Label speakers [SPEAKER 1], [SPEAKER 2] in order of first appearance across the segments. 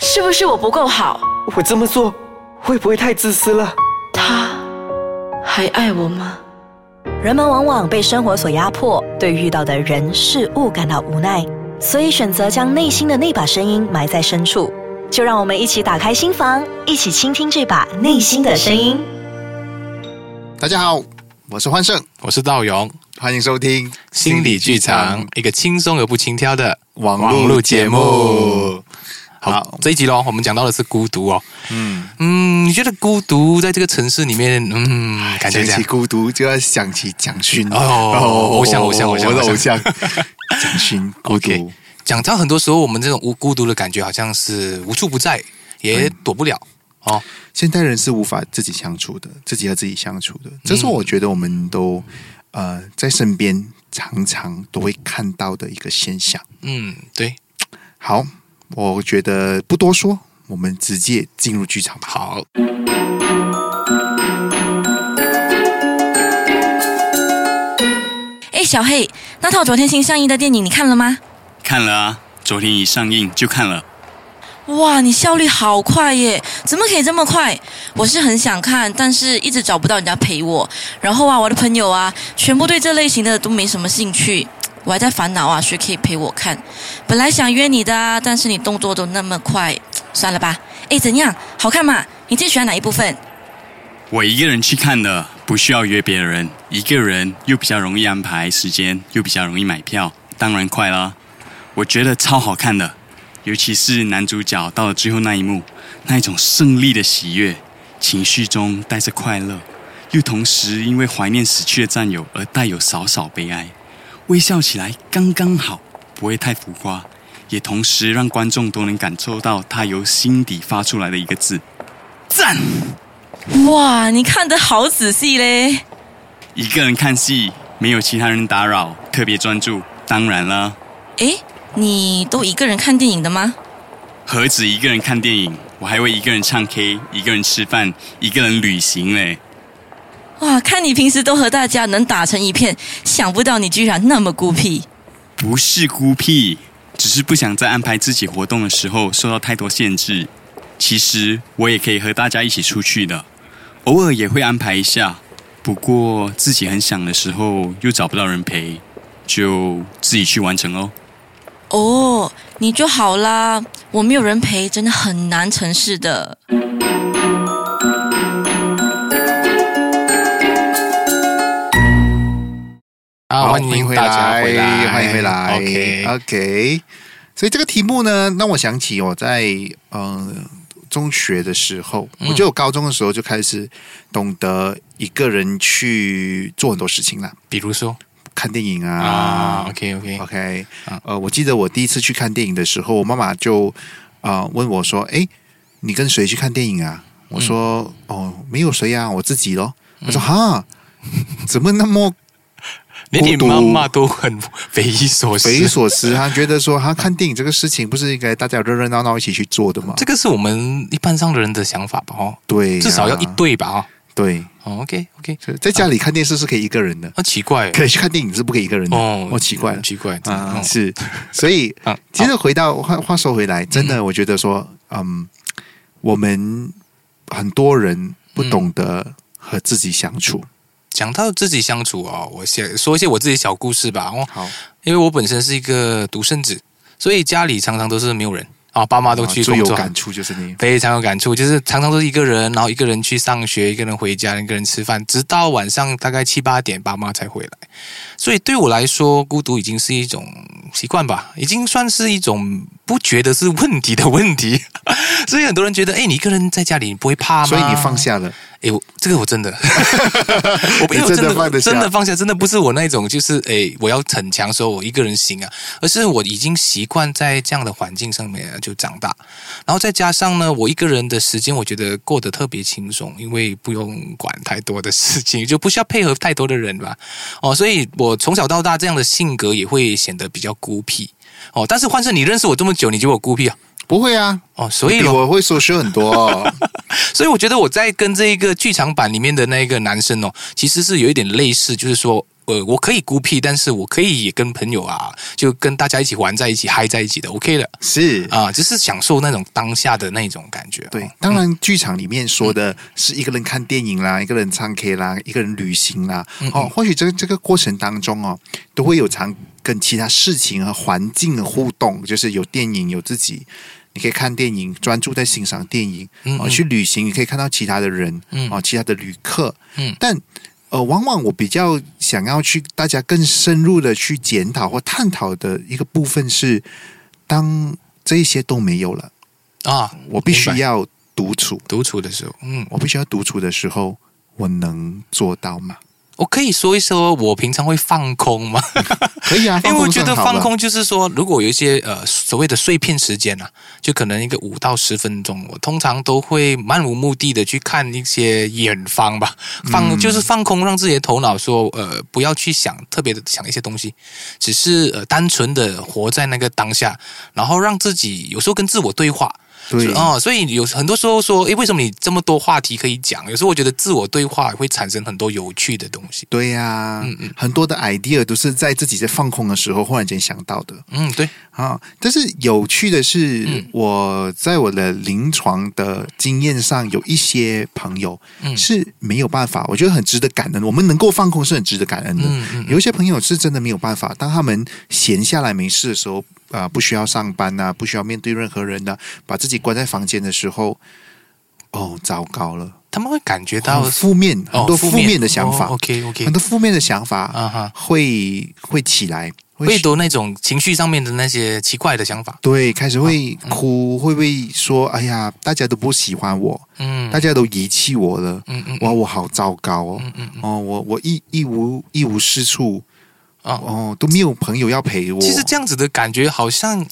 [SPEAKER 1] 是不是我不够好？
[SPEAKER 2] 我这么做会不会太自私了？
[SPEAKER 1] 他还爱我吗？
[SPEAKER 3] 人们往往被生活所压迫，对遇到的人事物感到无奈，所以选择将内心的那把声音埋在深处。就让我们一起打开心房，一起倾听这把内心的声音。
[SPEAKER 4] 大家好，我是欢胜，
[SPEAKER 5] 我是道勇，
[SPEAKER 4] 欢迎收听
[SPEAKER 5] 心理剧场，一个轻松而不轻佻的
[SPEAKER 4] 网络节目。
[SPEAKER 5] 好
[SPEAKER 4] 好，
[SPEAKER 5] 这一集咯，我们讲到的是孤独哦。
[SPEAKER 4] 嗯，
[SPEAKER 5] 嗯，你觉得孤独在这个城市里面，嗯，感觉
[SPEAKER 4] 讲
[SPEAKER 5] 这
[SPEAKER 4] 起
[SPEAKER 5] 样？
[SPEAKER 4] 孤独就要想起蒋勋
[SPEAKER 5] 哦偶像偶像偶像
[SPEAKER 4] 我的偶
[SPEAKER 5] 偶
[SPEAKER 4] 像蒋 勋孤独
[SPEAKER 5] OK，讲到很多时候，我们这种无孤独的感觉，好像是无处不在，也躲不了、
[SPEAKER 4] 嗯
[SPEAKER 5] 哦。
[SPEAKER 4] 现代人是无法自己相处的，自己和自己相处
[SPEAKER 5] 嗯
[SPEAKER 4] 的。这是我觉得我们都呃在身边常常都会看到的一个现象。
[SPEAKER 5] 嗯，对，
[SPEAKER 4] 好，我觉得不多说，我们直接进入剧场吧。
[SPEAKER 5] 好，
[SPEAKER 6] 哎，小黑，那套昨天新上映的电影你看了吗？
[SPEAKER 7] 看了啊，昨天一上映就看了。
[SPEAKER 6] 哇，你效率好快耶！怎么可以这么快？我是很想看，但是一直找不到人家陪我。然后啊，我的朋友啊，全部对这类型的都没什么兴趣。我还在烦恼啊，谁可以陪我看？本来想约你的啊，但是你动作都那么快，算了吧。哎，怎样？好看吗？你最喜欢哪一部分？
[SPEAKER 7] 我一个人去看的，不需要约别人，一个人又比较容易安排时间，又比较容易买票，当然快啦。我觉得超好看的，尤其是男主角到了最后那一幕，那一种胜利的喜悦，情绪中带着快乐，又同时因为怀念死去的战友而带有少少悲哀，微笑起来刚刚好，不会太浮夸，也同时让观众都能感受到他由心底发出来的一个字——赞。
[SPEAKER 6] 哇，你看得好仔细嘞！
[SPEAKER 7] 一个人看戏，没有其他人打扰，特别专注。当然啦，
[SPEAKER 6] 哎，你都一个人看电影的吗？
[SPEAKER 7] 何止一个人看电影，我还会一个人唱 K，一个人吃饭，一个人旅行嘞。
[SPEAKER 6] 哇，看你平时都和大家能打成一片，想不到你居然那么孤僻。
[SPEAKER 7] 不是孤僻，只是不想在安排自己活动的时候受到太多限制。其实我也可以和大家一起出去的，偶尔也会安排一下。不过自己很想的时候又找不到人陪，就自己去完成喽。
[SPEAKER 6] 哦，你就好啦，我没有人陪，真的很难成事的。
[SPEAKER 5] 啊，
[SPEAKER 4] 好
[SPEAKER 5] 欢迎
[SPEAKER 4] 回
[SPEAKER 5] 大家
[SPEAKER 4] 来，
[SPEAKER 5] 回来，
[SPEAKER 4] 欢迎回来。啊
[SPEAKER 5] OK，、
[SPEAKER 4] OK，所以这个题目呢，让我想起我在呃中学的时候，
[SPEAKER 5] 嗯
[SPEAKER 4] 我觉得我高中的时候就开始懂得一个人去做很多事情啦，
[SPEAKER 5] 比如说
[SPEAKER 4] 看电影
[SPEAKER 5] 啊
[SPEAKER 4] 啊。
[SPEAKER 5] ，OK OK，
[SPEAKER 4] OK，
[SPEAKER 5] 啊
[SPEAKER 4] 呃，我记得我第一次去看电影的时候，我妈妈就啊、呃问我说：“诶，你跟谁去看电影啊？”
[SPEAKER 5] 嗯
[SPEAKER 4] 我说：“哦，没有谁呀、我自己咯。”我说：“
[SPEAKER 5] 嗯
[SPEAKER 4] 哈，怎么那么
[SPEAKER 5] 连你
[SPEAKER 4] 孤独
[SPEAKER 5] 妈妈都很匪夷所 思，
[SPEAKER 4] 匪夷所思，他觉得说他看电影这个事情不是应该大家热热闹闹一起去做的吗？
[SPEAKER 5] 这个是我们一般上的人的想法吧？哦，
[SPEAKER 4] 对呀、
[SPEAKER 5] 至少要一对吧？哦。
[SPEAKER 4] 对，
[SPEAKER 5] 哦，OK OK，
[SPEAKER 4] 啊是在家里看电视是可以一个人的，
[SPEAKER 5] 啊，奇怪，
[SPEAKER 4] 可以去看电影是不可以一个人的。
[SPEAKER 5] 哦
[SPEAKER 4] 哦，奇怪了
[SPEAKER 5] 奇怪
[SPEAKER 4] 啊、
[SPEAKER 5] 哦
[SPEAKER 4] 是，所以
[SPEAKER 5] 啊
[SPEAKER 4] 其实回到话话说回来，真的我觉得说，嗯，我们很多人不懂得和自己相处。
[SPEAKER 5] 讲到自己相处哦，我先说一些我自己小故事吧。哦，
[SPEAKER 4] 好，
[SPEAKER 5] 因为我本身是一个独生子，所以家里常常都是没有人啊，爸妈都去
[SPEAKER 4] 最
[SPEAKER 5] 工
[SPEAKER 4] 有
[SPEAKER 5] 作，
[SPEAKER 4] 感触就是你。
[SPEAKER 5] 非常有感触，就是常常都是一个人，然后一个人去上学，一个人回家，一个人吃饭，直到晚上大概七八点，爸妈才回来。所以对我来说，孤独已经是一种习惯吧，已经算是一种不觉得是问题的问题。 所以很多人觉得，哎，你一个人在家里，你不会怕吗？
[SPEAKER 4] 所以你放下了，
[SPEAKER 5] 哎，我这个我 真的，我没有
[SPEAKER 4] 你真的
[SPEAKER 5] 真的
[SPEAKER 4] 放得下
[SPEAKER 5] 真的放下，真的不是我那种，就是哎，我要逞强说我一个人行啊，而是我已经习惯在这样的环境上面啊就长大，然后再加上呢，我一个人的时间，我觉得过得特别轻松，因为不用管太多的事情，就不需要配合太多的人吧。哦，所以我从小到大这样的性格也会显得比较孤僻。哦，但是换成你认识我这么久，你觉得我孤僻啊？
[SPEAKER 4] 不会啊，
[SPEAKER 5] 哦，所以
[SPEAKER 4] 比
[SPEAKER 5] 咯
[SPEAKER 4] 我会说学很多、
[SPEAKER 5] 所以我觉得我在跟这一个剧场版里面的那一个男生哦，其实是有一点类似，就是说呃，我可以孤僻，但是我可以也跟朋友啊，就跟大家一起玩在一起、嗨在一起的，OK 的
[SPEAKER 4] 是
[SPEAKER 5] 啊、只是享受那种当下的那种感觉。
[SPEAKER 4] 对
[SPEAKER 5] 哦，
[SPEAKER 4] 当然，剧场里面说的是一个人看电影啦，
[SPEAKER 5] 嗯
[SPEAKER 4] 一个人唱 K 啦，一个人旅行啦。哦，或许这个这个过程当中哦，都会有常跟其他事情和环境的互动，就是有电影，有自己，你可以看电影，专注在欣赏电影。
[SPEAKER 5] 嗯
[SPEAKER 4] 哦，
[SPEAKER 5] 嗯
[SPEAKER 4] 去旅行，你可以看到其他的人，
[SPEAKER 5] 嗯
[SPEAKER 4] 哦，其他的旅客，
[SPEAKER 5] 嗯
[SPEAKER 4] 但呃，往往我比较想要去大家更深入的去检讨或探讨的一个部分是，当这些都没有了，
[SPEAKER 5] 啊，
[SPEAKER 4] 我必须
[SPEAKER 5] 明白
[SPEAKER 4] 要独处，
[SPEAKER 5] 独处的时候，嗯，
[SPEAKER 4] 我必须要独处的时候，我能做到吗？
[SPEAKER 5] 我可以说一说我平常会放空吗？
[SPEAKER 4] 可以啊，
[SPEAKER 5] 因为我觉
[SPEAKER 4] 放是
[SPEAKER 5] 得
[SPEAKER 4] 很好
[SPEAKER 5] 放
[SPEAKER 4] 的
[SPEAKER 5] 空就是说，如果有一些呃所谓的碎片时间啊，就可能一个五到十分钟，我通常都会漫无目的的去看一些远方吧，
[SPEAKER 4] 嗯
[SPEAKER 5] 放、就是放空，让自己的头脑说呃不要去想特别的想一些东西，只是呃单纯的活在那个当下，然后让自己有时候跟自我对话。
[SPEAKER 4] 对嗯
[SPEAKER 5] 是哦，所以有很多时候说，诶，为什么你这么多话题可以讲？有时候我觉得自我对话会产生很多有趣的东西。
[SPEAKER 4] 对呀、很多的 idea 都是在自己在放空的时候忽然间想到的
[SPEAKER 5] 嗯，对，
[SPEAKER 4] 啊。但是有趣的是，
[SPEAKER 5] 嗯
[SPEAKER 4] 我在我的临床的经验上，有一些朋友
[SPEAKER 5] 嗯
[SPEAKER 4] 是没有办法，我觉得很值得感恩。我们能够放空是很值得感恩的。
[SPEAKER 5] 嗯嗯，
[SPEAKER 4] 有一些朋友是真的没有办法，当他们闲下来没事的时候，啊、不需要上班呐、不需要面对任何人呐、啊把自己关在房间的时候，哦，糟糕了，
[SPEAKER 5] 他们会感觉到
[SPEAKER 4] 很负面，很多
[SPEAKER 5] 哦
[SPEAKER 4] 负
[SPEAKER 5] 面
[SPEAKER 4] 面的想法，
[SPEAKER 5] OK OK，
[SPEAKER 4] 很多负面的想法
[SPEAKER 5] 啊哈，
[SPEAKER 4] 会会起来，
[SPEAKER 5] 会多那种情绪上面的那些奇怪的想法。
[SPEAKER 4] 对，开始会
[SPEAKER 5] 哦嗯
[SPEAKER 4] 哭，会不会说，哎呀，大家都不喜欢我，
[SPEAKER 5] 嗯，
[SPEAKER 4] 大家都遗弃我了，
[SPEAKER 5] 嗯嗯
[SPEAKER 4] 哇，我好糟糕哦，
[SPEAKER 5] 嗯嗯
[SPEAKER 4] 哦，我我一一无一无是处，
[SPEAKER 5] 哦，
[SPEAKER 4] 哦，都没有朋友要陪我，
[SPEAKER 5] 其实这样子的感觉好像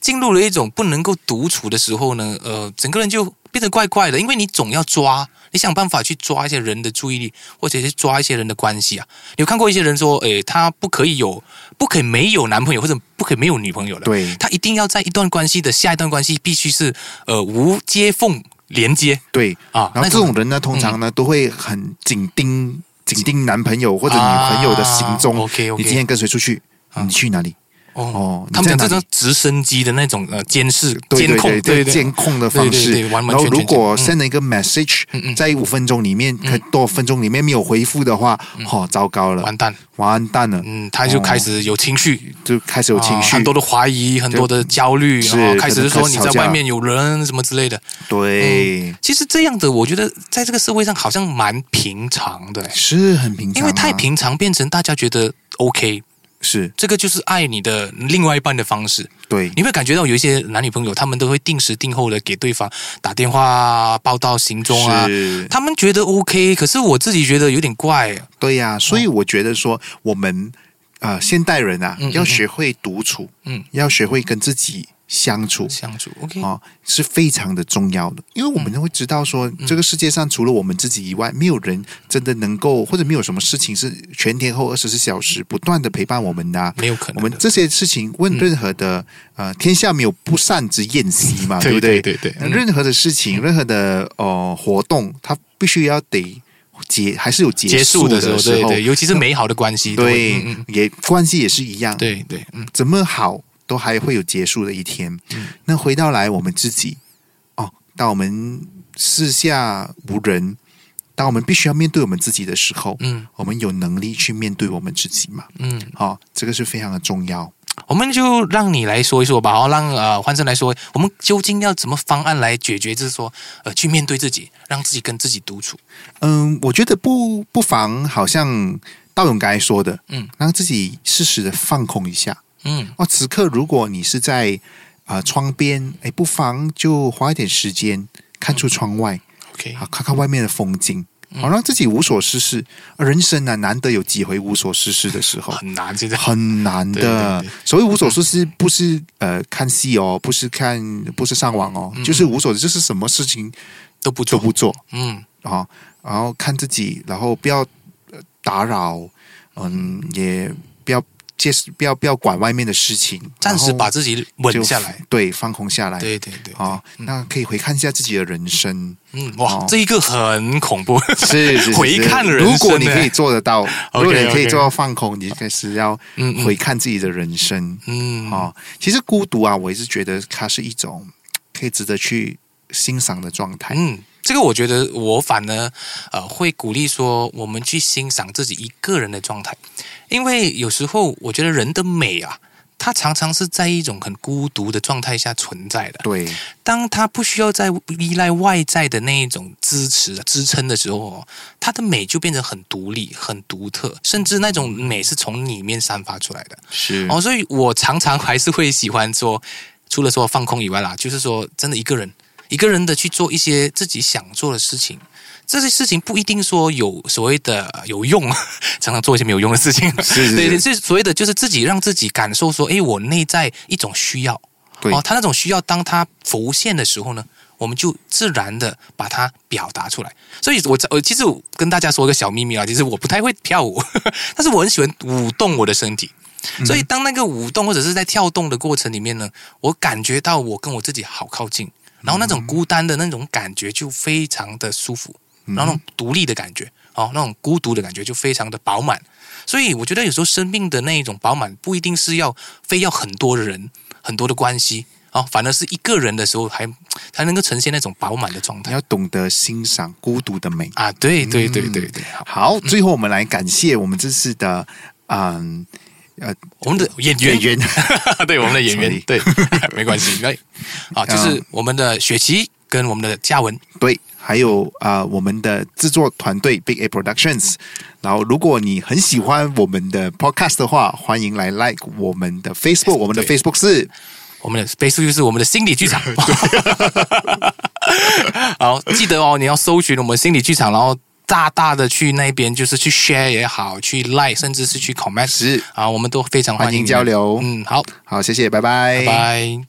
[SPEAKER 5] 进入了一种不能够独处的时候呢，呃，整个人就变得怪怪的，因为你总要抓，你想办法去抓一些人的注意力，或者是抓一些人的关系啊。你有看过一些人说，诶，他不可以有，不可以没有男朋友，或者不可以没有女朋友的。
[SPEAKER 4] 对
[SPEAKER 5] 他一定要在一段关系的下一段关系必须是呃无接缝连接
[SPEAKER 4] 对，
[SPEAKER 5] 啊，
[SPEAKER 4] 然后
[SPEAKER 5] 那
[SPEAKER 4] 这种人呢，通常呢、都会很紧盯紧盯男朋友或者女朋友的行踪。
[SPEAKER 5] OK OK，
[SPEAKER 4] 你今天跟谁出去？
[SPEAKER 5] 啊
[SPEAKER 4] 你去哪里？
[SPEAKER 5] 哦
[SPEAKER 4] 哦，
[SPEAKER 5] 他们讲
[SPEAKER 4] 你在哪
[SPEAKER 5] 这
[SPEAKER 4] 里
[SPEAKER 5] 种直升机的那种呃监视、
[SPEAKER 4] 对
[SPEAKER 5] 监
[SPEAKER 4] 对
[SPEAKER 5] 控，
[SPEAKER 4] 对
[SPEAKER 5] 对
[SPEAKER 4] 监控的方式。
[SPEAKER 5] 对对对完完
[SPEAKER 4] 然后
[SPEAKER 5] 全全
[SPEAKER 4] 如果
[SPEAKER 5] 监
[SPEAKER 4] send 了一个 message，、
[SPEAKER 5] 嗯嗯
[SPEAKER 4] 在五分钟里面，可多分钟里面没有回复的话，哦，糟糕了，
[SPEAKER 5] 嗯完蛋，
[SPEAKER 4] 完蛋了，哦
[SPEAKER 5] 嗯，他就开始有情绪，
[SPEAKER 4] 就开哦始有情
[SPEAKER 5] 啊
[SPEAKER 4] 绪，
[SPEAKER 5] 很多的怀疑，很多的焦虑，
[SPEAKER 4] 是
[SPEAKER 5] 然后开始就说
[SPEAKER 4] 可能开始
[SPEAKER 5] 你在
[SPEAKER 4] 吵架哎
[SPEAKER 5] 外面有人什么之类的。嗯
[SPEAKER 4] 对，
[SPEAKER 5] 其实这样的，我觉得在这个社会上好像蛮平常的，欸
[SPEAKER 4] 是很平常、啊，
[SPEAKER 5] 因为太平常变成大家觉得 OK，
[SPEAKER 4] 是
[SPEAKER 5] 这个就是爱你的另外一半的方式。
[SPEAKER 4] 对，
[SPEAKER 5] 你会感觉到有一些男女朋友，他们都会定时定候的给对方打电话啊报道行踪啊，
[SPEAKER 4] 是
[SPEAKER 5] 他们觉得 OK，可是我自己觉得有点怪。
[SPEAKER 4] 对
[SPEAKER 5] 哦
[SPEAKER 4] 呀、所以我觉得说，我们呃现代人啊，
[SPEAKER 5] 嗯嗯
[SPEAKER 4] 要学会独处，
[SPEAKER 5] 嗯，
[SPEAKER 4] 要学会跟自己相处。
[SPEAKER 5] 相处 OK，、
[SPEAKER 4] 哦，是非常的重要的，因为我
[SPEAKER 5] 嗯
[SPEAKER 4] 们会知道说，这个世界上除了我们自己以外，没有人真的能够，或者没有什么事情是全天候二十四小时不断的陪伴我们的啊、
[SPEAKER 5] 没有可能的嗯
[SPEAKER 4] 我们这些事情，问任何的、呃，天下没有不散之宴席嘛，
[SPEAKER 5] 对
[SPEAKER 4] 不对？呃
[SPEAKER 5] 对对对嗯
[SPEAKER 4] 任何的事情，任何的呃活动，它必须要得结，还是有结
[SPEAKER 5] 结束的时候，
[SPEAKER 4] 时
[SPEAKER 5] 对对，尤其是美好的关系，
[SPEAKER 4] 对，
[SPEAKER 5] 嗯嗯
[SPEAKER 4] 也关系也是一样，，
[SPEAKER 5] 对对，嗯
[SPEAKER 4] 怎么好都还会有结束的一天。那回到来我们自己，哦，当我们四下无人，当我们必须要面对我们自己的时候，
[SPEAKER 5] 嗯
[SPEAKER 4] 我们有能力去面对我们自己嘛？
[SPEAKER 5] 嗯，
[SPEAKER 4] 哦，这个是非常的重要。
[SPEAKER 5] 我们就让你来说一说吧，然后让呃换生来说，我们究竟要怎么方案来解决，就是说呃去面对自己，让自己跟自己独处，
[SPEAKER 4] 嗯，我觉得不不妨好像道勇刚才说的，
[SPEAKER 5] 嗯，
[SPEAKER 4] 让自己适时的放空一下。
[SPEAKER 5] 嗯
[SPEAKER 4] 哦，此刻如果你是在啊、呃窗边，哎，不妨就花一点时间看
[SPEAKER 5] 嗯
[SPEAKER 4] 出窗外。
[SPEAKER 5] ，OK，
[SPEAKER 4] 好啊看看外面的风景，好、让自己无所事事。人生啊，难得有几回无所事事的时候，
[SPEAKER 5] 很难现在，
[SPEAKER 4] 很难的。
[SPEAKER 5] 对对对
[SPEAKER 4] 所谓无所事事，不是呃看戏哦，不是看，不是上网哦，就是无所事，就是什么事情
[SPEAKER 5] 嗯都不
[SPEAKER 4] 都
[SPEAKER 5] 做，
[SPEAKER 4] 不做
[SPEAKER 5] 嗯
[SPEAKER 4] 啊、哦然后看自己，然后不要呃打扰，嗯，也不要接不要不要管外面的事情，
[SPEAKER 5] 暂时
[SPEAKER 4] 然后
[SPEAKER 5] 把自己稳
[SPEAKER 4] 就
[SPEAKER 5] 下来。
[SPEAKER 4] 对，放空下来，
[SPEAKER 5] 对对嗯对，
[SPEAKER 4] 哦，那可以回看一下自己的人生，
[SPEAKER 5] 嗯，哇
[SPEAKER 4] 哦，
[SPEAKER 5] 这一个很恐怖，
[SPEAKER 4] 是是是
[SPEAKER 5] 回看人生
[SPEAKER 4] 如果你
[SPEAKER 5] 呢
[SPEAKER 4] 可以做得到，如 果
[SPEAKER 5] OK，
[SPEAKER 4] 你可以
[SPEAKER 5] OK
[SPEAKER 4] 做到放空，你开始要
[SPEAKER 5] 嗯嗯
[SPEAKER 4] 回看自己的人生。
[SPEAKER 5] 嗯，
[SPEAKER 4] 哦，其实孤独啊，我一直觉得它是一种可以值得去欣赏的状态。
[SPEAKER 5] 嗯，这个我觉得我反而呃会鼓励说，我们去欣赏自己一个人的状态，因为有时候我觉得人的美啊，它常常是在一种很孤独的状态下存在的。
[SPEAKER 4] 对，
[SPEAKER 5] 当它不需要再依赖外在的那一种支持啊支撑的时候哦，它的美就变得很独立、很独特，甚至那种美是从里面散发出来的。
[SPEAKER 4] 是
[SPEAKER 5] 哦，所以我常常还是会喜欢说，除了说放空以外啦，就是说真的一个人，一个人的去做一些自己想做的事情。这些事情不一定说有所谓的呃有用， 常常做一些没有用的事情。
[SPEAKER 4] 是是
[SPEAKER 5] 对对，
[SPEAKER 4] 是
[SPEAKER 5] 是所谓的就是自己让自己感受说，诶，我内在一种需要。
[SPEAKER 4] 对
[SPEAKER 5] 哦，他那种需要，当他浮现的时候呢，我们就自然的把它表达出来。所以我在，我其实我跟大家说个小秘密啊，其实我不太会跳舞， 但是我很喜欢舞动我的身体。
[SPEAKER 4] 嗯
[SPEAKER 5] 所以当那个舞动或者是在跳动的过程里面呢，我感觉到我跟我自己好靠近，然后那
[SPEAKER 4] 嗯
[SPEAKER 5] 种孤单的那种感觉就非常的舒服，
[SPEAKER 4] 嗯
[SPEAKER 5] 然后那种独立的感觉，哦，那种孤独的感觉就非常的饱满。所以我觉得有时候生命的那一种饱满，不一定是要非要很多人、很多的关系哦，反而是一个人的时候还才能够呈现那种饱满的状
[SPEAKER 4] 你
[SPEAKER 5] 态
[SPEAKER 4] 要嗯懂得欣赏孤独的美。
[SPEAKER 5] 啊！对对对对对，好
[SPEAKER 4] 好，最后我们来感谢我们这次的嗯
[SPEAKER 5] 我们的演员
[SPEAKER 4] 演员
[SPEAKER 5] 对我们的演员
[SPEAKER 4] Sorry
[SPEAKER 5] 对，没关系，来，好，就是
[SPEAKER 4] 啊
[SPEAKER 5] 我们的雪琪跟我们的嘉文，
[SPEAKER 4] 对，还有啊、呃我们的制作团队 Big A Productions。然后，如果你很喜欢我们的 Podcast 的话，欢迎来 like 我们的 Facebook，我们的 Facebook 是
[SPEAKER 5] 我们的 Space 就是我们的心理 剧场。好，记得哦，你要搜寻我们心理剧场，然后大大的去那边，就是去 share 也好，去 like，甚至是去 comment，
[SPEAKER 4] 是
[SPEAKER 5] 啊，我们都非常欢迎
[SPEAKER 4] 欢迎
[SPEAKER 5] 你
[SPEAKER 4] 交流
[SPEAKER 5] 嗯，好，
[SPEAKER 4] 好，谢谢，
[SPEAKER 5] 拜拜。